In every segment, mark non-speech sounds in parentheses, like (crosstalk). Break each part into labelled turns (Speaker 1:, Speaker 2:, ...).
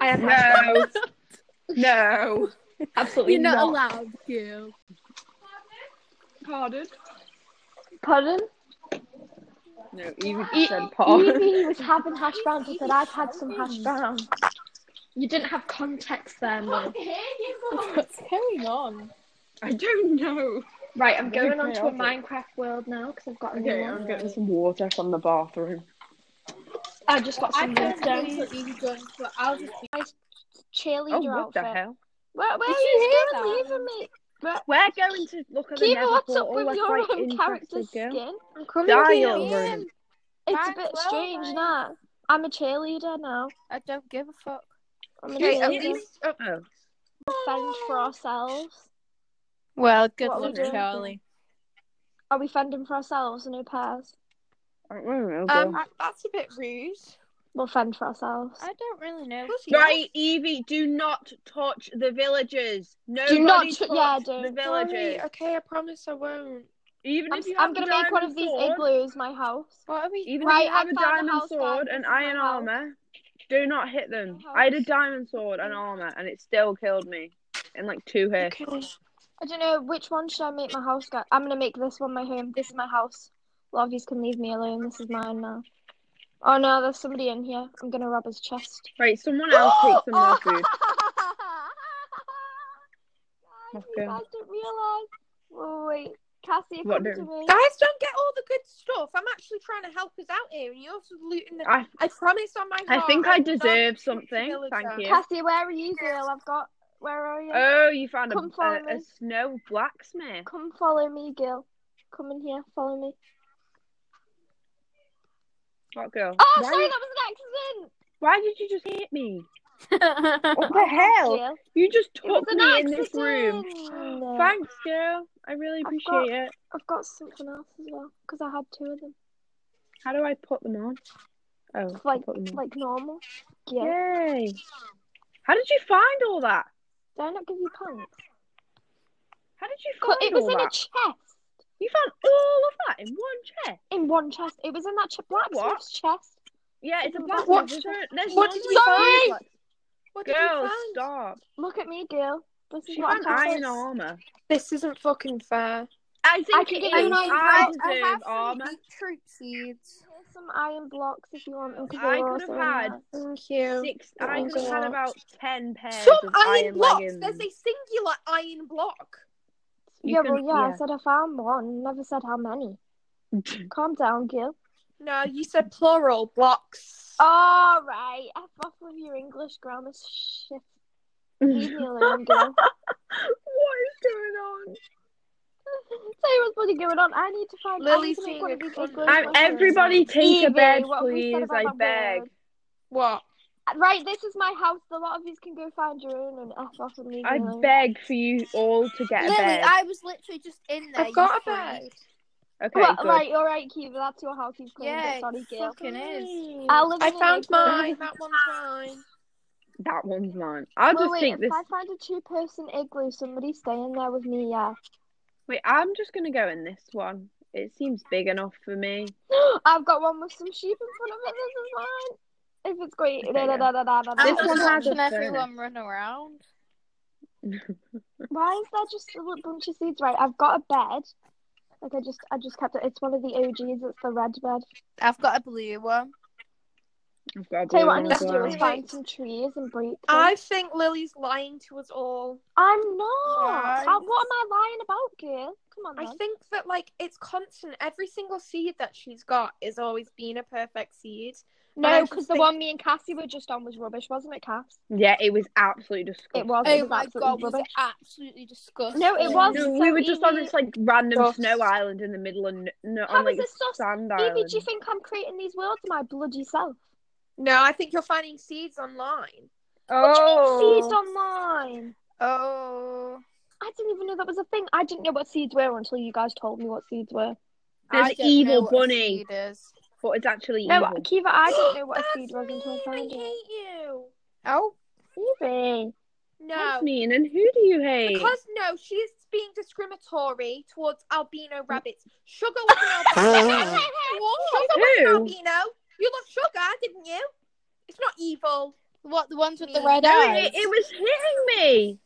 Speaker 1: I am not.
Speaker 2: No. no. Absolutely
Speaker 1: You're not allowed, girl.
Speaker 2: Pardon?
Speaker 3: Pardon?
Speaker 2: No, you
Speaker 3: E-
Speaker 2: said pardon.
Speaker 3: Evie was having hash browns. I said, I've had some hash browns.
Speaker 1: You didn't have context there, Mum.
Speaker 4: What's going on?
Speaker 2: (laughs) I don't know.
Speaker 1: Right, I'm going
Speaker 2: Okay,
Speaker 1: on to a
Speaker 2: okay.
Speaker 1: Minecraft world now because I've got a new
Speaker 2: Okay,
Speaker 1: one.
Speaker 3: um,
Speaker 2: I'm getting some water from the bathroom.
Speaker 1: I just got
Speaker 4: I
Speaker 1: some
Speaker 4: can't
Speaker 1: water.
Speaker 4: believe you done, but I'll just be
Speaker 3: Cheerleader
Speaker 2: Oh, what the
Speaker 3: outfit.
Speaker 2: hell?
Speaker 3: Where, where
Speaker 4: Did
Speaker 3: are
Speaker 4: you
Speaker 3: you
Speaker 4: hear
Speaker 3: going?
Speaker 4: that?
Speaker 3: Leaving me.
Speaker 2: We're going to look at the
Speaker 3: Kiva,
Speaker 2: Neverfull,
Speaker 3: what's up with
Speaker 2: all the
Speaker 3: your
Speaker 2: quite
Speaker 3: own
Speaker 2: interested
Speaker 3: character's
Speaker 2: girls.
Speaker 3: skin?
Speaker 1: I'm coming.
Speaker 2: Dial
Speaker 3: Dial
Speaker 2: room.
Speaker 3: room. It's a
Speaker 4: Mine's
Speaker 3: bit
Speaker 4: well,
Speaker 3: strange,
Speaker 4: mine.
Speaker 3: nah. I'm a cheerleader now.
Speaker 4: I don't give a fuck.
Speaker 3: I'm a
Speaker 2: Okay, at
Speaker 3: cheerleader.
Speaker 2: least. Oh, oh.
Speaker 3: fend for ourselves.
Speaker 4: Well, good
Speaker 3: What are we
Speaker 4: luck,
Speaker 3: doing?
Speaker 4: Charlie.
Speaker 3: Are we fending for ourselves and who pairs?
Speaker 2: I don't know,
Speaker 3: Um,
Speaker 2: girl.
Speaker 4: Um, that's a bit rude.
Speaker 3: We'll fend for ourselves.
Speaker 4: I don't really know.
Speaker 2: Right, Evie, do not touch the villagers. Nobody
Speaker 3: not
Speaker 2: touch
Speaker 3: tou- yeah, do.
Speaker 2: the
Speaker 3: Sorry,
Speaker 2: villagers.
Speaker 4: okay, I promise I won't.
Speaker 2: Even
Speaker 3: I'm,
Speaker 2: if you
Speaker 3: I'm
Speaker 2: have a
Speaker 3: gonna make one of
Speaker 2: diamond
Speaker 3: these
Speaker 2: sword,
Speaker 3: igloos my house.
Speaker 4: What are we?
Speaker 2: Even
Speaker 3: Right,
Speaker 2: if you have
Speaker 3: I
Speaker 2: a
Speaker 3: found a
Speaker 2: diamond
Speaker 3: house,
Speaker 2: sword
Speaker 3: guys,
Speaker 2: and
Speaker 3: this is my
Speaker 2: iron
Speaker 3: house.
Speaker 2: armor, do not hit them.
Speaker 3: my
Speaker 2: I had a
Speaker 3: house.
Speaker 2: diamond sword and armor, and it still killed me in like two hits.
Speaker 3: I don't know which one should I make my house. Guy, I'm gonna make this one my home. This is my house. A lot of yous can leave me alone. This is mine now. Oh no, there's somebody in here. I'm gonna rob his chest.
Speaker 2: Right, someone else
Speaker 3: (gasps)
Speaker 2: take some
Speaker 4: Oh!
Speaker 2: more food.
Speaker 3: (laughs) Guys,
Speaker 2: Okay.
Speaker 3: you guys didn't realise. Oh, wait, Cassie,
Speaker 2: What
Speaker 3: come
Speaker 2: do-
Speaker 3: to me.
Speaker 4: (laughs) Guys, don't get all the good stuff. I'm actually trying to help us out here, and you're just looting the.
Speaker 2: I
Speaker 4: I promise on my.
Speaker 2: I
Speaker 4: heart,
Speaker 2: think
Speaker 4: will
Speaker 2: I
Speaker 4: not
Speaker 2: deserve
Speaker 4: touch
Speaker 2: something.
Speaker 4: the
Speaker 2: Thank
Speaker 4: villager.
Speaker 2: you.
Speaker 3: Cassie, where are you, girl? I've got. Where are you?
Speaker 2: Oh, you found a,
Speaker 3: Come follow
Speaker 2: a, a
Speaker 3: me.
Speaker 2: snow blacksmith.
Speaker 3: Come follow me, girl. Come in here, follow me.
Speaker 2: What girl?
Speaker 3: Oh,
Speaker 2: why,
Speaker 3: sorry,
Speaker 2: you-
Speaker 3: that was an accident.
Speaker 2: why did you just hit me? What the hell?
Speaker 3: Girl,
Speaker 2: You just
Speaker 3: It was
Speaker 2: took
Speaker 3: an
Speaker 2: me in
Speaker 3: accident.
Speaker 2: this room. (gasps) Thanks, girl. I really
Speaker 3: I've
Speaker 2: appreciate
Speaker 3: got-
Speaker 2: it.
Speaker 3: I've got something else as well because I had two of them,
Speaker 2: How do I put them on? Oh, I
Speaker 3: Like-
Speaker 2: put them on.
Speaker 3: like normal. Yeah.
Speaker 2: Yay! How did you find all that?
Speaker 3: Did I not give you pants?
Speaker 2: How did you
Speaker 3: Co-
Speaker 2: find
Speaker 3: It was
Speaker 2: all
Speaker 3: in a
Speaker 2: that?
Speaker 3: chest.
Speaker 2: You found all of that in one chest.
Speaker 3: In one chest. It was in that ch- blacksmith's chest.
Speaker 2: Yeah, it's
Speaker 3: It's
Speaker 2: a
Speaker 3: in
Speaker 2: black
Speaker 3: the
Speaker 2: one.
Speaker 3: box.
Speaker 2: There's
Speaker 4: What
Speaker 2: normally
Speaker 4: did you
Speaker 2: five
Speaker 4: find?
Speaker 2: blacks.
Speaker 4: What did you
Speaker 2: Girl,
Speaker 4: find?
Speaker 2: stop.
Speaker 3: Look at me, girl. This is
Speaker 2: She
Speaker 3: what
Speaker 2: found
Speaker 3: I
Speaker 2: iron
Speaker 3: can
Speaker 2: armor.
Speaker 4: This isn't fucking fair.
Speaker 2: I think
Speaker 3: I can
Speaker 2: it
Speaker 3: give
Speaker 2: is.
Speaker 3: you an iron
Speaker 2: I
Speaker 3: block.
Speaker 2: deserve
Speaker 3: I have
Speaker 4: um,
Speaker 2: armor.
Speaker 4: troop seeds.
Speaker 3: Here's some iron blocks if you want them. 'cause
Speaker 2: I
Speaker 3: they were
Speaker 2: could have
Speaker 3: also in
Speaker 2: had
Speaker 3: there. Mm.
Speaker 4: Thank you.
Speaker 2: Six. I could have had
Speaker 3: God.
Speaker 2: about ten pairs
Speaker 4: Some
Speaker 2: of
Speaker 4: iron,
Speaker 2: iron
Speaker 4: blocks.
Speaker 2: leggings. (laughs)
Speaker 4: There's a singular iron block.
Speaker 2: You
Speaker 3: yeah,
Speaker 2: can-
Speaker 3: well, yeah,
Speaker 2: yeah.
Speaker 3: I said I found one. Never said how
Speaker 2: (laughs)
Speaker 3: many. Calm down, Gil.
Speaker 4: No, you said plural blocks.
Speaker 3: All right, F off with your English grammar shit. Leave me
Speaker 2: (laughs)
Speaker 3: alone, girl.
Speaker 2: what is going on?
Speaker 3: Tell you what's bloody going on. I need to find.
Speaker 4: Lily
Speaker 3: I need to make
Speaker 4: seeing
Speaker 3: one
Speaker 4: a
Speaker 3: of these
Speaker 4: cunt.
Speaker 3: English
Speaker 2: (laughs) I'm,
Speaker 3: lessons.
Speaker 2: everybody take a
Speaker 3: Evie,
Speaker 2: bed,
Speaker 3: what have we said
Speaker 2: please.
Speaker 3: about
Speaker 2: I
Speaker 3: that
Speaker 2: beg.
Speaker 3: word?
Speaker 4: What?
Speaker 3: Right, this is my house. A lot of you can go find your own and F off and leave me
Speaker 2: I
Speaker 3: alone.
Speaker 2: beg for you all to get a
Speaker 5: Lily,
Speaker 2: bed.
Speaker 5: I was literally just in there.
Speaker 4: I've got a
Speaker 5: you
Speaker 4: bag.
Speaker 2: Okay,
Speaker 3: Well,
Speaker 2: good.
Speaker 3: right, all right, Kiva, that's your house. You've cleaned
Speaker 5: Yeah,
Speaker 3: it. Sorry, Gil.
Speaker 5: fucking is.
Speaker 3: I live.
Speaker 4: I
Speaker 3: in an
Speaker 4: found
Speaker 3: igloo.
Speaker 4: mine. That one's mine.
Speaker 2: That one's mine. I'll
Speaker 3: Well,
Speaker 2: just
Speaker 3: wait,
Speaker 2: think
Speaker 3: if
Speaker 2: this.
Speaker 3: I find a two-person igloo, somebody staying there with me. Yeah. (gasps)
Speaker 2: Wait, I'm just gonna go in this one. It seems big enough for me.
Speaker 3: I've got one with some sheep in front of it. This is mine. If it's great,
Speaker 2: Okay,
Speaker 3: da, da,
Speaker 2: yeah.
Speaker 3: da, da, da, da,
Speaker 5: I'm
Speaker 2: This
Speaker 3: da.
Speaker 5: just
Speaker 2: one has Oh, a
Speaker 5: watching
Speaker 2: furnace.
Speaker 5: everyone run around.
Speaker 3: Why is there just a little bunch of seeds? Right, I've got a bed. Like I just, I just kept it. It's one of the OGs. It's the red bed.
Speaker 5: I've got a blue one.
Speaker 2: I've got
Speaker 3: Tell
Speaker 2: a blue
Speaker 3: you what I
Speaker 2: one
Speaker 3: need
Speaker 2: as
Speaker 3: to do
Speaker 2: well.
Speaker 3: is find some trees and break them.
Speaker 4: I think Lily's lying to us all.
Speaker 3: I'm not.
Speaker 4: Right.
Speaker 3: I- what am I lying about, girl? Come on,
Speaker 4: I
Speaker 3: then.
Speaker 4: think that like it's constant. Every single seed that she's got is always been a perfect seed. I
Speaker 3: no,
Speaker 4: just
Speaker 3: because the
Speaker 4: think-
Speaker 3: one me and Cassie were just on was rubbish, wasn't it, Cass?
Speaker 2: Yeah, it was absolutely disgusting.
Speaker 3: It was. it
Speaker 5: Oh
Speaker 3: was
Speaker 5: my
Speaker 3: absolutely
Speaker 5: god, was
Speaker 3: rubbish.
Speaker 5: it absolutely disgusting.
Speaker 3: No, it was.
Speaker 2: No,
Speaker 3: so
Speaker 2: we were just on
Speaker 3: Evie-
Speaker 2: this like random
Speaker 4: Sus.
Speaker 2: snow island in the middle of n- no,
Speaker 3: How
Speaker 2: on like
Speaker 3: is this sus?
Speaker 2: sand
Speaker 3: Evie,
Speaker 2: island.
Speaker 3: do you think I'm creating these worlds my bloody self?
Speaker 4: No, I think you're finding seeds online.
Speaker 3: What do you mean seeds
Speaker 5: Oh,
Speaker 3: online?
Speaker 5: oh.
Speaker 3: I didn't even know that was a thing. I didn't know what seeds were until you guys told me what seeds were.
Speaker 2: There's
Speaker 5: I don't
Speaker 2: evil
Speaker 5: know what a
Speaker 2: bunny.
Speaker 5: seed is.
Speaker 2: But it's actually
Speaker 3: No,
Speaker 2: evil.
Speaker 3: Kiva, I didn't know what a
Speaker 4: That's
Speaker 3: seed was until I
Speaker 4: mean,
Speaker 3: found
Speaker 4: I
Speaker 3: it.
Speaker 4: hate you.
Speaker 5: Oh,
Speaker 3: Evie.
Speaker 4: No,
Speaker 2: That's mean. And who do you hate?
Speaker 4: because no, she's being discriminatory towards albino
Speaker 3: Mm.
Speaker 4: rabbits. Sugar was
Speaker 3: (laughs)
Speaker 4: an albino. Sugar was an
Speaker 2: Who?
Speaker 4: albino. You love sugar, didn't you? It's not evil.
Speaker 5: What the ones with the
Speaker 4: Me.
Speaker 5: red
Speaker 2: No,
Speaker 5: eyes?
Speaker 2: it, it was hitting me.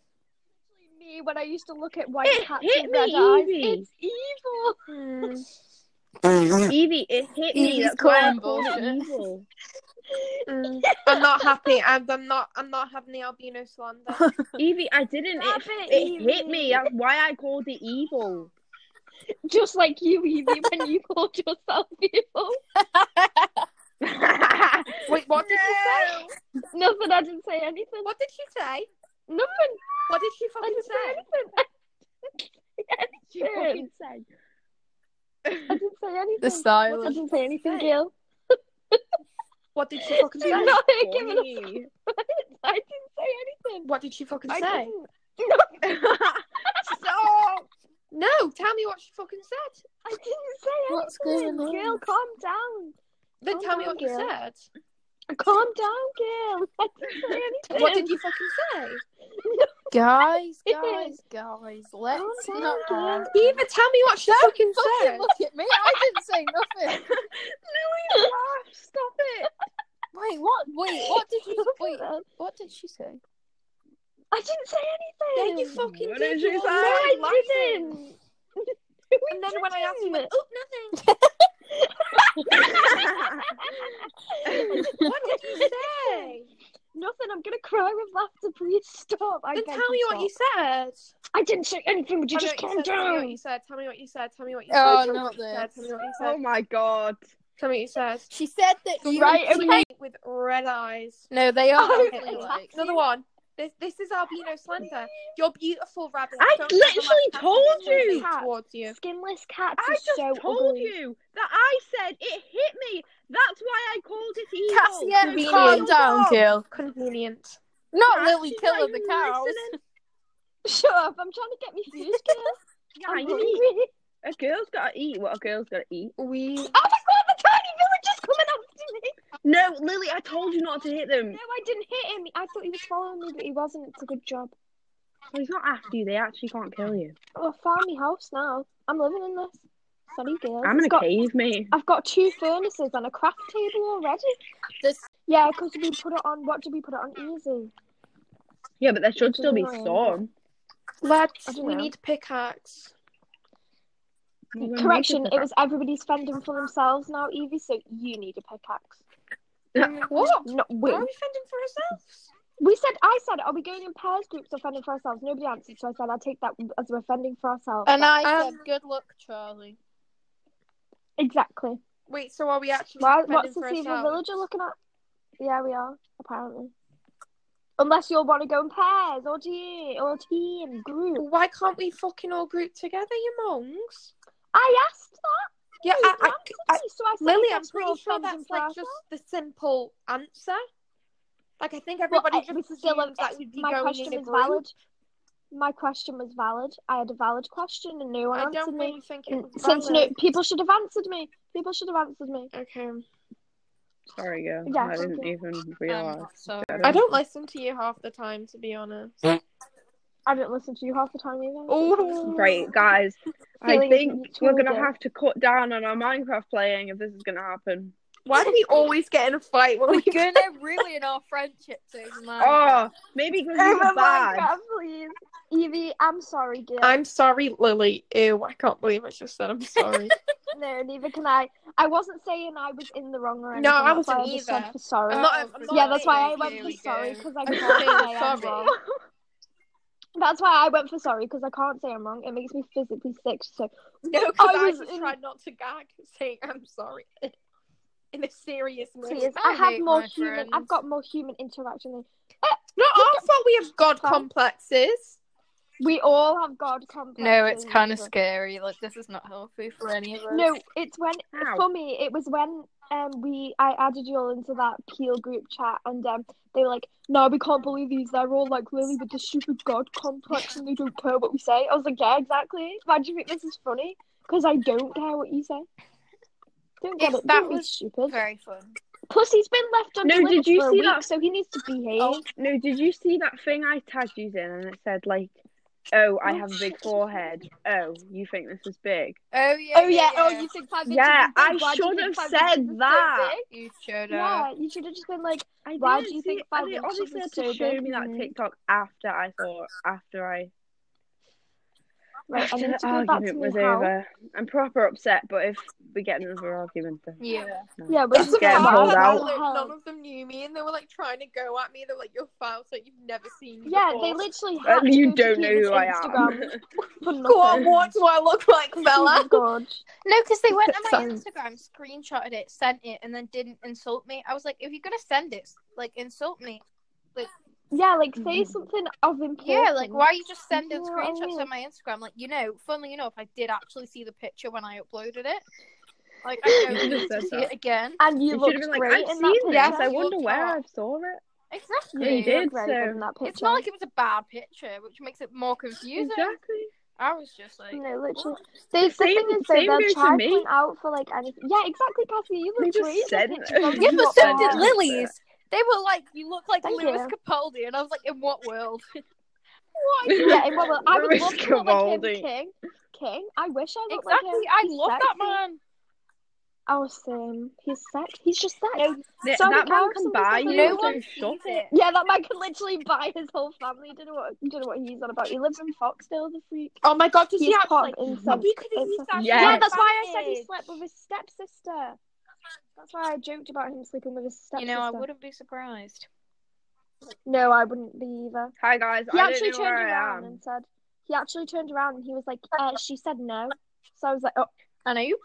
Speaker 3: Me when I used to look at white
Speaker 2: It
Speaker 3: cats
Speaker 2: hit
Speaker 3: with
Speaker 2: me,
Speaker 3: red eyes.
Speaker 2: Evie.
Speaker 3: It's evil. Hmm,
Speaker 2: Evie, it hit me.
Speaker 5: Evie's
Speaker 2: That's why I
Speaker 5: calling
Speaker 2: called it
Speaker 5: bullshit.
Speaker 2: evil.
Speaker 3: hmm.
Speaker 4: (laughs) I'm not happy, and I'm not. I'm not having the albino
Speaker 3: (laughs)
Speaker 4: slander.
Speaker 2: Evie, I didn't. It, it hit me. That's why I called it
Speaker 3: (laughs)
Speaker 2: evil. (laughs)
Speaker 3: Just like you, Evie, when you (laughs) called yourself evil.
Speaker 4: Wait, what did she say?
Speaker 3: Nothing. I didn't say anything.
Speaker 4: What did she say?
Speaker 3: Nothing.
Speaker 4: What did she
Speaker 3: I
Speaker 4: fucking
Speaker 3: didn't say
Speaker 4: say?
Speaker 3: anything. (laughs)
Speaker 2: You fucking said.
Speaker 3: I didn't say anything.
Speaker 5: The
Speaker 3: I
Speaker 5: silence.
Speaker 3: didn't say anything,
Speaker 4: say?
Speaker 3: Gail.
Speaker 4: What did she fucking
Speaker 3: Do
Speaker 4: say?
Speaker 3: not give it up.
Speaker 2: Funny.
Speaker 3: I didn't say anything.
Speaker 4: What did she fucking
Speaker 3: I
Speaker 4: say?
Speaker 3: didn't. (laughs)
Speaker 4: Stop. No, tell me what she fucking said.
Speaker 3: I didn't say anything.
Speaker 5: What's going on?
Speaker 3: Gail, calm down.
Speaker 4: Then
Speaker 3: Oh
Speaker 4: tell me
Speaker 3: my
Speaker 4: what you
Speaker 3: God.
Speaker 4: said.
Speaker 3: Calm down, Gail. I didn't say anything.
Speaker 4: What did
Speaker 3: (laughs)
Speaker 4: you fucking say?
Speaker 5: Guys, guys, guys, let's
Speaker 3: down,
Speaker 5: not
Speaker 3: guys.
Speaker 4: Eva, tell me what she fucking said.
Speaker 5: Fucking look at me. I didn't say nothing.
Speaker 3: Stop it.
Speaker 2: (laughs)
Speaker 3: (laughs)
Speaker 5: Wait, what? Wait, what did you?
Speaker 3: Look at (laughs)
Speaker 5: Wait,
Speaker 3: that.
Speaker 5: what did she say?
Speaker 3: I didn't say
Speaker 4: Yeah,
Speaker 3: anything.
Speaker 4: you fucking
Speaker 2: What
Speaker 4: did.
Speaker 2: did she
Speaker 4: you
Speaker 2: say?
Speaker 4: were
Speaker 2: No,
Speaker 3: I
Speaker 4: laughing.
Speaker 3: didn't.
Speaker 4: And then when I asked you,
Speaker 3: didn't.
Speaker 4: went, oh, nothing. what did you (laughs) say?
Speaker 3: (laughs) Nothing. I'm gonna cry with laughter. Please stop. I
Speaker 4: then
Speaker 3: beg
Speaker 4: tell me what you said.
Speaker 3: I didn't say anything. Would you
Speaker 4: Tell me
Speaker 3: just calm
Speaker 4: what you said, Tell me what
Speaker 3: down?
Speaker 4: you said. Tell me what you said. Tell me what you said.
Speaker 5: Oh,
Speaker 4: tell me
Speaker 5: not
Speaker 4: what you said. Tell
Speaker 5: this.
Speaker 4: me what you
Speaker 2: Oh
Speaker 4: said.
Speaker 2: my god.
Speaker 4: Tell me what you said.
Speaker 5: She said that you
Speaker 3: Right,
Speaker 5: would
Speaker 3: okay.
Speaker 5: cheat-
Speaker 4: With red eyes.
Speaker 5: No, they are
Speaker 3: Oh,
Speaker 5: definitely
Speaker 3: okay.
Speaker 5: like.
Speaker 4: Another one. This this is albino slander. You're beautiful rabbit.
Speaker 2: I
Speaker 4: Don't let the
Speaker 2: literally
Speaker 4: rat
Speaker 2: told
Speaker 4: pass
Speaker 2: you.
Speaker 4: its way Towards you.
Speaker 3: Skinless cats
Speaker 2: I
Speaker 3: are
Speaker 2: just
Speaker 3: so
Speaker 2: told
Speaker 3: ugly.
Speaker 2: you that I said it hit me. That's why I called it evil.
Speaker 5: Cassian,
Speaker 2: So
Speaker 5: calm
Speaker 2: calm
Speaker 5: down, girl.
Speaker 4: Convenient.
Speaker 5: Not
Speaker 2: Cass,
Speaker 5: Lily
Speaker 2: she's not
Speaker 5: Killer the
Speaker 2: even
Speaker 5: cows.
Speaker 2: listening.
Speaker 3: Shut up. I'm trying to
Speaker 4: (laughs)
Speaker 3: get me food, Gail.
Speaker 2: I
Speaker 3: I'm
Speaker 2: eat.
Speaker 3: hungry.
Speaker 2: A girl's gotta eat what a girl's gotta eat.
Speaker 4: We.
Speaker 3: Oh my god, the tiny villager's coming up to me.
Speaker 2: No, Lily, I told you not to hit them.
Speaker 3: No, I didn't hit him. I thought he was following me, but he wasn't. It's a good job.
Speaker 2: He's not after you. They actually can't kill you.
Speaker 3: Oh, I found my house now. I'm living in this. Sorry, girl.
Speaker 2: I'm in
Speaker 3: It's
Speaker 2: a
Speaker 3: got-
Speaker 2: cave, mate.
Speaker 3: I've got two furnaces and a craft table already.
Speaker 5: This-
Speaker 3: Yeah, because we put it on. What did we put it on? Easy.
Speaker 2: Yeah, but there should still be
Speaker 3: Annoying. I
Speaker 2: some.
Speaker 4: Let's.
Speaker 3: don't
Speaker 4: We
Speaker 3: know.
Speaker 4: need pickaxe.
Speaker 2: We're gonna
Speaker 3: Correction,
Speaker 2: make
Speaker 3: it was everybody's fending for themselves now, Evie, so you need a pickaxe.
Speaker 4: What?
Speaker 3: Not we.
Speaker 4: Why are we fending for ourselves?
Speaker 3: We said, I said, are we going in pairs groups or fending for ourselves? Nobody answered, so I said, I'll take that as we're fending for ourselves.
Speaker 5: And I
Speaker 4: Um,
Speaker 5: said, good luck, Charlie.
Speaker 3: exactly.
Speaker 4: Wait, so are we actually
Speaker 3: Why,
Speaker 4: fending
Speaker 3: what's
Speaker 4: for
Speaker 3: this evil
Speaker 4: ourselves?
Speaker 3: villager looking at? Yeah, we are, apparently. Unless you'll want to go in pairs or team, or team, group.
Speaker 4: Why can't we fucking all group together, you monks?
Speaker 3: I asked that,
Speaker 4: Yeah, I, I, I,
Speaker 3: so I said,
Speaker 4: Lily,
Speaker 3: I
Speaker 4: I'm
Speaker 3: guess we're all
Speaker 4: pretty sure
Speaker 3: fending
Speaker 4: that's
Speaker 3: for
Speaker 4: like
Speaker 3: ourselves.
Speaker 4: just the simple answer. Like, I think
Speaker 3: Well,
Speaker 4: everybody
Speaker 3: it
Speaker 4: just
Speaker 3: was still a-
Speaker 4: assumes that we'd be
Speaker 3: my
Speaker 4: going in
Speaker 3: question
Speaker 4: a
Speaker 3: was
Speaker 4: group.
Speaker 3: valid. My question was valid. I had a valid question and no one
Speaker 4: I
Speaker 3: answered
Speaker 4: don't
Speaker 3: me.
Speaker 4: really think it was
Speaker 3: Since no
Speaker 4: valid.
Speaker 3: people should have answered me. People should have answered me.
Speaker 4: Okay.
Speaker 2: Sorry, girl.
Speaker 3: Yeah,
Speaker 2: I didn't
Speaker 3: okay.
Speaker 2: even
Speaker 5: Um,
Speaker 2: realize.
Speaker 5: so
Speaker 4: I don't listen to you half the time, to be honest.
Speaker 3: I don't listen to you half the time either.
Speaker 4: (laughs) Oh,
Speaker 2: Right, guys. I
Speaker 3: Feeling
Speaker 2: think we're gonna
Speaker 3: intruded.
Speaker 2: have to cut down on our Minecraft playing if this is gonna happen.
Speaker 4: Why do we always get in a fight when we
Speaker 5: we're gonna ruin our friendship over
Speaker 2: Oh, maybe because
Speaker 3: Oh my
Speaker 2: you're bad.
Speaker 3: God, please. Evie, I'm sorry, dear.
Speaker 4: (laughs) I'm sorry, Lily. Ew, I can't believe I just said I'm
Speaker 3: (laughs)
Speaker 4: sorry.
Speaker 3: No, neither can I. I wasn't saying I was in the wrong or anything.
Speaker 4: No, I
Speaker 3: that's why
Speaker 4: wasn't Oh,
Speaker 3: just said
Speaker 5: either.
Speaker 3: for sorry.
Speaker 4: I'm not- I'm not
Speaker 3: yeah, that's why I
Speaker 5: There
Speaker 3: went for
Speaker 5: we
Speaker 3: sorry
Speaker 5: go.
Speaker 3: because I
Speaker 5: (laughs)
Speaker 4: I'm
Speaker 3: can't
Speaker 4: saying
Speaker 3: say I'm
Speaker 4: sorry.
Speaker 3: wrong. (laughs) That's why I went for sorry because I can't say I'm wrong. It makes me physically sick. So
Speaker 4: (laughs) No, because
Speaker 3: I
Speaker 4: I,
Speaker 3: was
Speaker 4: just
Speaker 3: in-
Speaker 4: tried not to gag, (laughs) saying I'm sorry (laughs) in a serious mood.
Speaker 3: Please,
Speaker 5: I
Speaker 3: I, have
Speaker 5: hate
Speaker 3: more
Speaker 5: my
Speaker 3: human.
Speaker 5: friends.
Speaker 3: I've got more human interaction. Than,
Speaker 4: Not our fault we have god
Speaker 3: Fine.
Speaker 4: complexes.
Speaker 3: we all have god complexes.
Speaker 5: No, it's kind of
Speaker 3: but-
Speaker 5: scary. Like this is not healthy for any of us.
Speaker 3: No, it's when
Speaker 2: Ow.
Speaker 3: for me. It was when um we I added you all into that Peel group chat, and um they were like, no, we can't believe these. They're all like Lily with the stupid god complex, and they don't care what we say. I was like, yeah, exactly. Why do you think this is funny? Because I don't care what you say. Don't get
Speaker 5: If
Speaker 3: it.
Speaker 5: that
Speaker 3: Don't be
Speaker 5: was
Speaker 3: stupid.
Speaker 5: very fun.
Speaker 3: Plus, he's been left on
Speaker 2: No,
Speaker 3: no,
Speaker 2: did you
Speaker 3: for a
Speaker 2: see
Speaker 3: week,
Speaker 2: that- Oh,
Speaker 3: so he needs to behave.
Speaker 2: No, did you see that thing I tagged you in and it said like oh, I have a
Speaker 3: (laughs)
Speaker 2: big forehead. Oh, you think this is big?
Speaker 5: Oh yeah.
Speaker 3: Oh yeah. Oh, you think five inches?
Speaker 2: Yeah,
Speaker 3: is big?
Speaker 2: I
Speaker 3: Why do you
Speaker 2: should
Speaker 3: think
Speaker 2: have
Speaker 3: five
Speaker 2: said
Speaker 3: inches is so
Speaker 2: that.
Speaker 3: big?
Speaker 5: You showed up.
Speaker 3: Yeah, you should have just been like,
Speaker 2: I
Speaker 3: Why
Speaker 2: didn't
Speaker 3: do you think
Speaker 2: see-
Speaker 3: five
Speaker 2: I didn't-
Speaker 3: inches
Speaker 2: obviously
Speaker 3: is
Speaker 2: had to
Speaker 3: so
Speaker 2: show
Speaker 3: big?
Speaker 2: me that
Speaker 1: Mhm.
Speaker 2: TikTok after I thought after I
Speaker 3: right, I
Speaker 2: after
Speaker 3: need
Speaker 2: the
Speaker 3: to go back to
Speaker 2: argument
Speaker 3: my
Speaker 2: was
Speaker 3: house.
Speaker 2: over. I'm proper upset, but if we get another argument, (laughs) then
Speaker 5: Yeah.
Speaker 3: Yeah, but
Speaker 2: Just get
Speaker 3: about
Speaker 2: pulled
Speaker 3: how
Speaker 2: out.
Speaker 3: the hell-
Speaker 4: None of them knew me, and they were like trying to go at me. They were like, "Your files that you've never seen."
Speaker 3: Yeah,
Speaker 4: before.
Speaker 3: they literally
Speaker 2: Uh,
Speaker 3: had to
Speaker 2: you
Speaker 3: go to
Speaker 2: don't know
Speaker 3: Peter's
Speaker 2: who I am.
Speaker 3: Instagram (laughs) for nothing.
Speaker 4: Go on, what do I look like,
Speaker 3: Oh
Speaker 4: fella?
Speaker 3: my God.
Speaker 5: No, because they went on my
Speaker 1: Sorry.
Speaker 5: Instagram, screenshotted it, sent it, and then didn't insult me. I was like, if you're gonna send it, like insult me.
Speaker 3: Yeah, like say
Speaker 2: Mm-hmm.
Speaker 3: something of importance.
Speaker 5: Yeah, like why are you just sending
Speaker 3: Yeah, I
Speaker 5: screenshots
Speaker 3: will.
Speaker 5: on my Instagram? Like, you know, funnily enough, I did actually see the picture when I uploaded it. Like, I
Speaker 2: You
Speaker 5: don't
Speaker 2: should've
Speaker 5: need to
Speaker 3: (laughs)
Speaker 2: said (laughs)
Speaker 5: see
Speaker 2: that.
Speaker 5: it again.
Speaker 3: And you
Speaker 2: you
Speaker 3: looked
Speaker 2: should have been like,
Speaker 3: great
Speaker 2: I've
Speaker 3: in that
Speaker 2: seen this.
Speaker 3: picture.
Speaker 5: Yes,
Speaker 2: I
Speaker 5: you
Speaker 2: wonder
Speaker 5: looked
Speaker 2: where
Speaker 5: hot.
Speaker 2: I saw it.
Speaker 5: Exactly.
Speaker 2: you did,
Speaker 3: looked very good
Speaker 2: so-
Speaker 3: in that picture.
Speaker 5: It's not like it was a bad picture, which makes it more confusing.
Speaker 2: Exactly.
Speaker 5: I was just like,
Speaker 3: No, literally.
Speaker 5: what?
Speaker 3: They, the
Speaker 2: Same-
Speaker 3: thing is, though,
Speaker 2: same
Speaker 3: they'll
Speaker 2: goes to
Speaker 3: try
Speaker 2: me.
Speaker 3: point out for like anything. Yeah, exactly, Cassie. You
Speaker 2: They
Speaker 3: look
Speaker 2: just
Speaker 3: great. in that
Speaker 2: said
Speaker 3: picture,
Speaker 2: (laughs) that.
Speaker 3: but
Speaker 5: yeah,
Speaker 3: you're
Speaker 5: but
Speaker 3: not
Speaker 5: so did
Speaker 3: bad.
Speaker 2: Lily.
Speaker 5: Lily's. They were like, you look like
Speaker 3: Thank
Speaker 5: Lewis
Speaker 3: you.
Speaker 5: Capaldi, and I was like, in what world?
Speaker 3: Yeah, and well, well, I would
Speaker 2: Lewis
Speaker 3: love to look like
Speaker 2: Capaldi.
Speaker 3: him, King. King. I wish I looked
Speaker 5: exactly.
Speaker 3: like him.
Speaker 5: I
Speaker 3: He's
Speaker 5: love that
Speaker 3: sexy.
Speaker 5: man.
Speaker 3: Oh, same. He's sex. He's just sex.
Speaker 4: No,
Speaker 2: Th-
Speaker 3: Sorry,
Speaker 2: that man
Speaker 3: Alex,
Speaker 2: can
Speaker 3: I'm
Speaker 2: buy
Speaker 3: just gonna
Speaker 2: you.
Speaker 5: No
Speaker 3: look
Speaker 2: so
Speaker 5: one
Speaker 2: shut
Speaker 5: sees
Speaker 2: it.
Speaker 5: it.
Speaker 3: Yeah, that man can literally buy his whole family. Don't know what, don't know what he's on about. He lives in Foxdale, the freak.
Speaker 4: Oh my god, does
Speaker 3: He's
Speaker 4: he have
Speaker 3: part
Speaker 4: like?
Speaker 3: of incest.
Speaker 4: Oh, we could have used that.
Speaker 2: Yeah.
Speaker 3: Yeah,
Speaker 2: Yeah,
Speaker 3: that's why I said he slept with his stepsister. That's why I joked about him sleeping with his
Speaker 5: You
Speaker 3: stepsister.
Speaker 5: know, I wouldn't be surprised.
Speaker 3: No, I wouldn't be either.
Speaker 2: Hi guys,
Speaker 3: He
Speaker 2: I
Speaker 3: actually
Speaker 2: don't know
Speaker 3: turned
Speaker 2: where I
Speaker 3: around
Speaker 2: am.
Speaker 3: and said, he actually turned around and he was like, uh, she said no. So I was like, oh,
Speaker 5: I know you.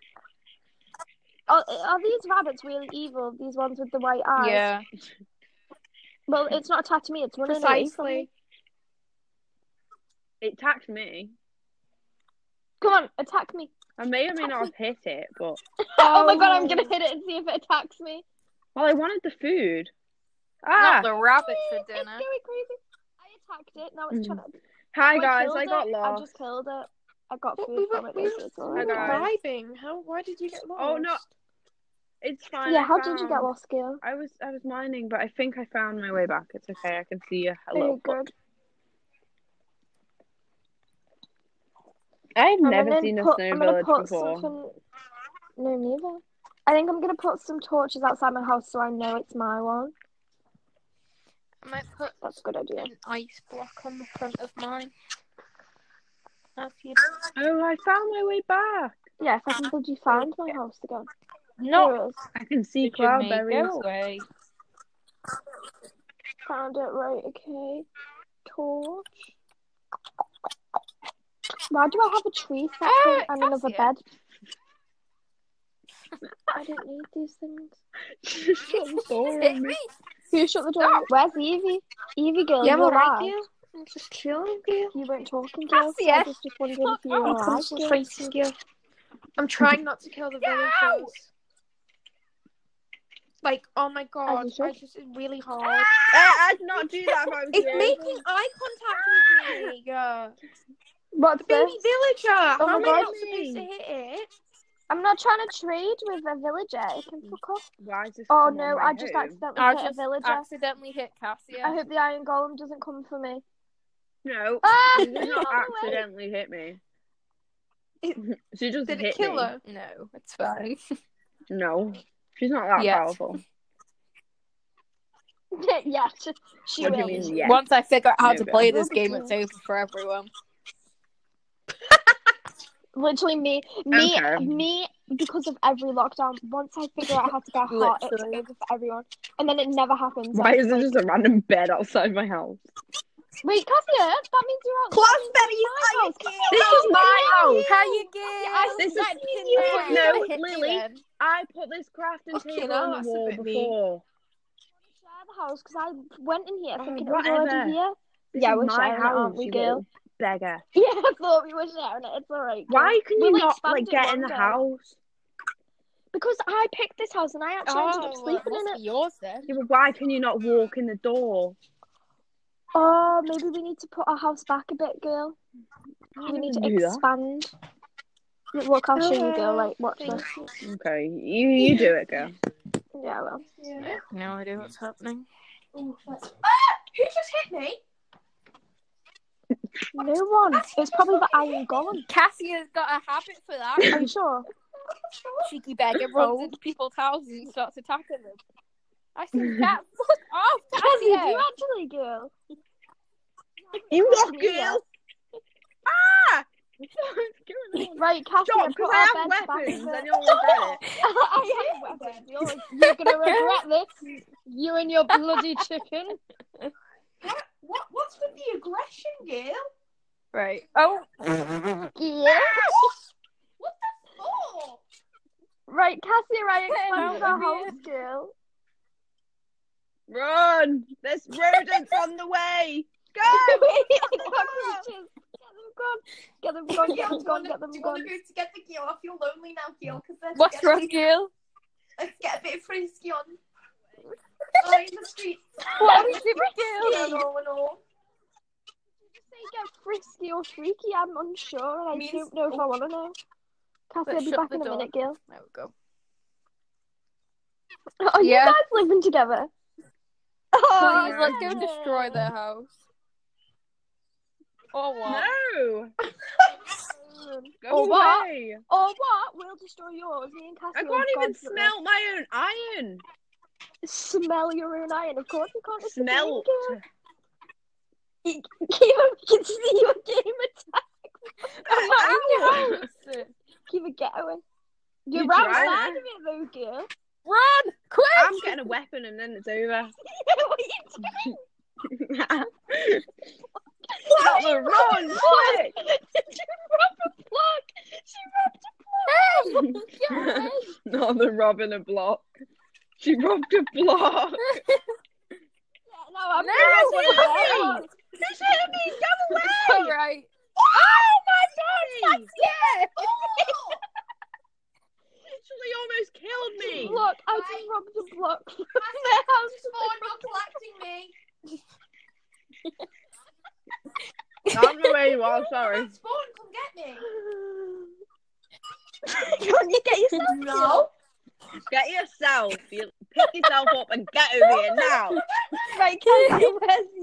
Speaker 3: are, are these rabbits really evil? These ones with the white eyes?
Speaker 5: Yeah.
Speaker 3: Well, it's not attached to me, it's running away from me.
Speaker 4: Precisely.
Speaker 2: It attacked me.
Speaker 3: Come on, attack me.
Speaker 2: I may or may not have hit it, but
Speaker 3: Oh, my god, I'm gonna hit it and see if it attacks me.
Speaker 2: well, I wanted the food.
Speaker 5: Not
Speaker 2: Ah,
Speaker 5: the rabbit
Speaker 3: (laughs)
Speaker 5: for
Speaker 3: It's
Speaker 5: dinner.
Speaker 3: going crazy. I attacked it, now it's
Speaker 2: Mm.
Speaker 3: trying to.
Speaker 2: hi
Speaker 3: I
Speaker 2: guys,
Speaker 3: killed
Speaker 2: I got
Speaker 3: it, I
Speaker 2: lost.
Speaker 3: just killed it. I got
Speaker 4: But
Speaker 3: food
Speaker 4: we were-
Speaker 3: from it.
Speaker 4: we
Speaker 3: though,
Speaker 4: were-
Speaker 3: so it's
Speaker 4: We
Speaker 3: all
Speaker 4: were
Speaker 2: Hi, guys.
Speaker 3: right.
Speaker 4: vibing. How? Why did you get lost?
Speaker 2: Oh, no. It's fine.
Speaker 3: Yeah,
Speaker 2: I
Speaker 3: how did you get
Speaker 2: found-
Speaker 3: lost, girl?
Speaker 2: I was I was mining, but I think I found my way back. It's okay. I can see a, a
Speaker 3: Very
Speaker 2: little. bit.
Speaker 3: good.
Speaker 2: I've
Speaker 3: I'm
Speaker 2: never
Speaker 3: gonna
Speaker 2: seen a
Speaker 3: put-
Speaker 2: snow
Speaker 3: I'm gonna
Speaker 2: village
Speaker 3: put
Speaker 2: before.
Speaker 3: something- No, neither. I think I'm gonna put some torches outside my house so I know it's my one.
Speaker 5: I might put
Speaker 3: That's a good idea.
Speaker 5: an ice block on the front of mine. Have you?
Speaker 2: Oh, I found my way back.
Speaker 3: Yeah, if I can bloody find my house again.
Speaker 5: Not
Speaker 3: Here it is.
Speaker 2: I can see
Speaker 5: the Jamaica
Speaker 2: cloudberries.
Speaker 5: way.
Speaker 3: Found it, right, okay. Torch. Why do I have a tree section
Speaker 5: Ah,
Speaker 3: and another
Speaker 5: Cassia.
Speaker 3: bed? I don't need these things.
Speaker 2: (laughs) Shut the door
Speaker 5: Hit
Speaker 2: on me.
Speaker 5: me.
Speaker 3: Who shut the door? Where's Evie? Evie girl,
Speaker 4: Yeah, I'm
Speaker 3: Oh, you
Speaker 4: alright,
Speaker 3: alive?
Speaker 4: girl. I'm just chilling, girl.
Speaker 3: You weren't talking to us. I
Speaker 4: Cassia.
Speaker 3: was just wondering if you were
Speaker 4: I'm
Speaker 3: alive. girl.
Speaker 4: concentrating, girl. I'm trying not to
Speaker 3: (laughs)
Speaker 4: kill the
Speaker 5: Yeah.
Speaker 4: villagers. Like, oh my god,
Speaker 3: As you
Speaker 4: I
Speaker 3: should.
Speaker 4: just it's really (laughs) hard.
Speaker 2: Ah, I'd not do that if I was
Speaker 4: It's
Speaker 2: you.
Speaker 4: making eye contact with me. Yeah.
Speaker 3: (laughs) What's
Speaker 4: Baby
Speaker 3: this?
Speaker 4: villager.
Speaker 3: Oh
Speaker 4: How am
Speaker 3: my
Speaker 4: I
Speaker 3: God.
Speaker 4: not supposed to hit it?
Speaker 3: I'm not trying to trade with a villager. It can fuck off.
Speaker 2: Why is this
Speaker 3: Oh
Speaker 2: coming on
Speaker 3: no,
Speaker 2: my
Speaker 3: I just
Speaker 2: home?
Speaker 3: accidentally
Speaker 5: I
Speaker 3: hit
Speaker 5: just
Speaker 3: a villager.
Speaker 5: accidentally hit
Speaker 3: I
Speaker 5: Cassia.
Speaker 3: hope the iron golem doesn't come for me. (laughs)
Speaker 2: No,
Speaker 3: Ah!
Speaker 2: she did not
Speaker 3: No way.
Speaker 2: accidentally hit me. (laughs) she just
Speaker 4: Did
Speaker 2: hit
Speaker 4: it kill
Speaker 2: me.
Speaker 4: her?
Speaker 5: No, it's fine.
Speaker 2: No, she's not that
Speaker 5: Yes.
Speaker 2: powerful.
Speaker 3: yeah, she, she
Speaker 2: What do
Speaker 3: will.
Speaker 2: you mean? Yeah.
Speaker 5: Once I figure out how
Speaker 2: No,
Speaker 5: to
Speaker 2: but-
Speaker 5: play this game, it's over for everyone.
Speaker 3: Literally me, me,
Speaker 2: Okay.
Speaker 3: me. Because of every lockdown, once I figure out how to get hot, it's
Speaker 5: Literally.
Speaker 3: over for everyone, and then it never happens.
Speaker 2: Why is there just a random bed outside my house?
Speaker 3: Wait, Cassia, that means you're out.
Speaker 4: Cloudberries.
Speaker 3: house.
Speaker 2: This is my house.
Speaker 5: How you get?
Speaker 2: This is
Speaker 5: I
Speaker 2: No,
Speaker 5: would've hit you
Speaker 2: Lily.
Speaker 5: then.
Speaker 2: I put this crafting
Speaker 4: Fucking
Speaker 2: table on
Speaker 4: arse,
Speaker 2: the wall
Speaker 4: isn't it, me?
Speaker 2: before.
Speaker 3: Share the house because I went in here
Speaker 2: Oh,
Speaker 3: thinking it was
Speaker 2: whatever.
Speaker 3: already here. (laughs)
Speaker 2: This
Speaker 3: Yeah,
Speaker 2: is
Speaker 3: we're
Speaker 2: my
Speaker 3: sharing it,
Speaker 2: house,
Speaker 3: aren't we,
Speaker 2: you
Speaker 3: girl?
Speaker 2: little beggar.
Speaker 3: Yeah, I thought we were sharing it. It's all right. girl.
Speaker 2: Why can you
Speaker 3: We'll
Speaker 2: not
Speaker 3: expand
Speaker 2: like
Speaker 3: it
Speaker 2: get
Speaker 3: one
Speaker 2: in the
Speaker 3: day.
Speaker 2: house?
Speaker 3: Because I picked this house and I actually ended up
Speaker 5: Oh, it
Speaker 3: sleeping in
Speaker 5: must
Speaker 3: it.
Speaker 5: be yours then.
Speaker 2: Yeah, but why can you not walk in the door?
Speaker 3: Oh, maybe we need to put our house back a bit, girl.
Speaker 2: I
Speaker 3: We need
Speaker 2: wouldn't
Speaker 3: to
Speaker 2: do that.
Speaker 3: expand. Look, Look, I'll show you, girl. Like, watch
Speaker 4: Thank
Speaker 3: this.
Speaker 2: Okay, you you do it, girl.
Speaker 3: Yeah, well.
Speaker 4: Yeah.
Speaker 3: (laughs)
Speaker 5: No
Speaker 3: Ah!
Speaker 5: idea what's happening.
Speaker 4: Who just hit me?
Speaker 3: No one. It's probably the iron golem.
Speaker 5: Cassia's got a habit for (laughs) that.
Speaker 3: Are (coughs) you sure?
Speaker 5: Cheeky beggar runs into people's houses and starts attacking them.
Speaker 4: (laughs)
Speaker 5: I said, Cat, fuck off,
Speaker 3: Cassie, do
Speaker 5: Cassia!
Speaker 3: you actually, girl?
Speaker 2: You
Speaker 3: (laughs)
Speaker 2: what,
Speaker 3: Yeah.
Speaker 2: girl?
Speaker 3: (laughs) Right, Cassie,
Speaker 2: Ah!
Speaker 3: put
Speaker 2: Stop, because
Speaker 3: our
Speaker 2: I
Speaker 3: beds
Speaker 2: have
Speaker 3: back
Speaker 2: weapons
Speaker 3: in the-
Speaker 2: and you'll regret
Speaker 3: (laughs)
Speaker 2: it.
Speaker 3: I have weapons. You're, you're gonna regret this. You and your bloody chicken.
Speaker 4: What? What's with the aggression, Gail?
Speaker 5: Right. Oh,
Speaker 3: Yeah.
Speaker 4: (laughs) What the fuck?
Speaker 3: Right, Cassie, I
Speaker 5: Hello,
Speaker 3: explained our
Speaker 5: dear.
Speaker 3: house, girl.
Speaker 2: Run! There's rodents on the way! Go!
Speaker 4: (laughs)
Speaker 3: Cockroaches. Get them gone. (laughs)
Speaker 4: Gail, do
Speaker 3: Get them
Speaker 4: you wanna-
Speaker 3: gone. Get them gone. Get them
Speaker 4: do you
Speaker 3: gone.
Speaker 4: want to go together, Gail? I feel lonely now, Gail, because let's,
Speaker 5: what's
Speaker 4: get-
Speaker 5: wrong, Gail?
Speaker 4: let's get a bit frisky
Speaker 5: (laughs)
Speaker 4: on. Oh, in the street.
Speaker 5: What is it,
Speaker 4: Yeah,
Speaker 5: Gail?
Speaker 4: no,
Speaker 5: (laughs)
Speaker 4: no.
Speaker 3: Say get frisky or freaky. I'm unsure. and I
Speaker 4: Means-
Speaker 3: don't know if I want to know. Cassie,
Speaker 5: oh. Let's
Speaker 3: I'll be
Speaker 5: shut
Speaker 3: back
Speaker 5: the
Speaker 3: in a
Speaker 5: door.
Speaker 3: minute, girl.
Speaker 5: There we go.
Speaker 3: (laughs) Are
Speaker 5: Yeah.
Speaker 3: you guys living together?
Speaker 5: Please,
Speaker 2: Oh,
Speaker 5: let's go destroy their house. Or what?
Speaker 2: no! Go
Speaker 3: Or what?
Speaker 2: away!
Speaker 3: Or what? We'll destroy yours. Me and Cassie.
Speaker 2: I
Speaker 3: will
Speaker 2: can't even
Speaker 3: gone through.
Speaker 2: smell my own iron!
Speaker 3: Smell your own iron. Of course you can't. It's a game,
Speaker 2: Smell!
Speaker 3: girl. (laughs) Kiva can see your game attack. (laughs)
Speaker 5: I'm not in your
Speaker 3: "Oh,
Speaker 5: house.
Speaker 3: Kiva, get away. You're
Speaker 2: You're
Speaker 3: outside
Speaker 2: driving.
Speaker 3: of it though, girl.
Speaker 5: Run! Quick!
Speaker 3: oh,
Speaker 2: I'm getting a weapon and then
Speaker 3: (laughs)
Speaker 2: it's over.
Speaker 3: (laughs)
Speaker 2: (laughs)
Speaker 3: what are you doing?
Speaker 2: Not
Speaker 5: (laughs)
Speaker 2: the run! Quick!
Speaker 3: (laughs) Look, she rubbed
Speaker 2: Not the robbing a block. She robbed a block.
Speaker 3: it. No, I'm
Speaker 5: No,
Speaker 3: not.
Speaker 2: She's hitting me. (laughs) Go
Speaker 5: All right.
Speaker 2: Oh my god!
Speaker 5: Yeah!
Speaker 2: Literally almost killed me.
Speaker 3: Look, I just robbed a block.
Speaker 4: Just for not collecting me.
Speaker 2: I'm the way you are.
Speaker 4: (laughs)
Speaker 2: Sorry.
Speaker 4: Spawn, come get me.
Speaker 3: Can't (laughs) you get yourself?
Speaker 4: No.
Speaker 2: Get yourself. You pick yourself up and get over here now.
Speaker 3: Right, Cassie, (laughs) where's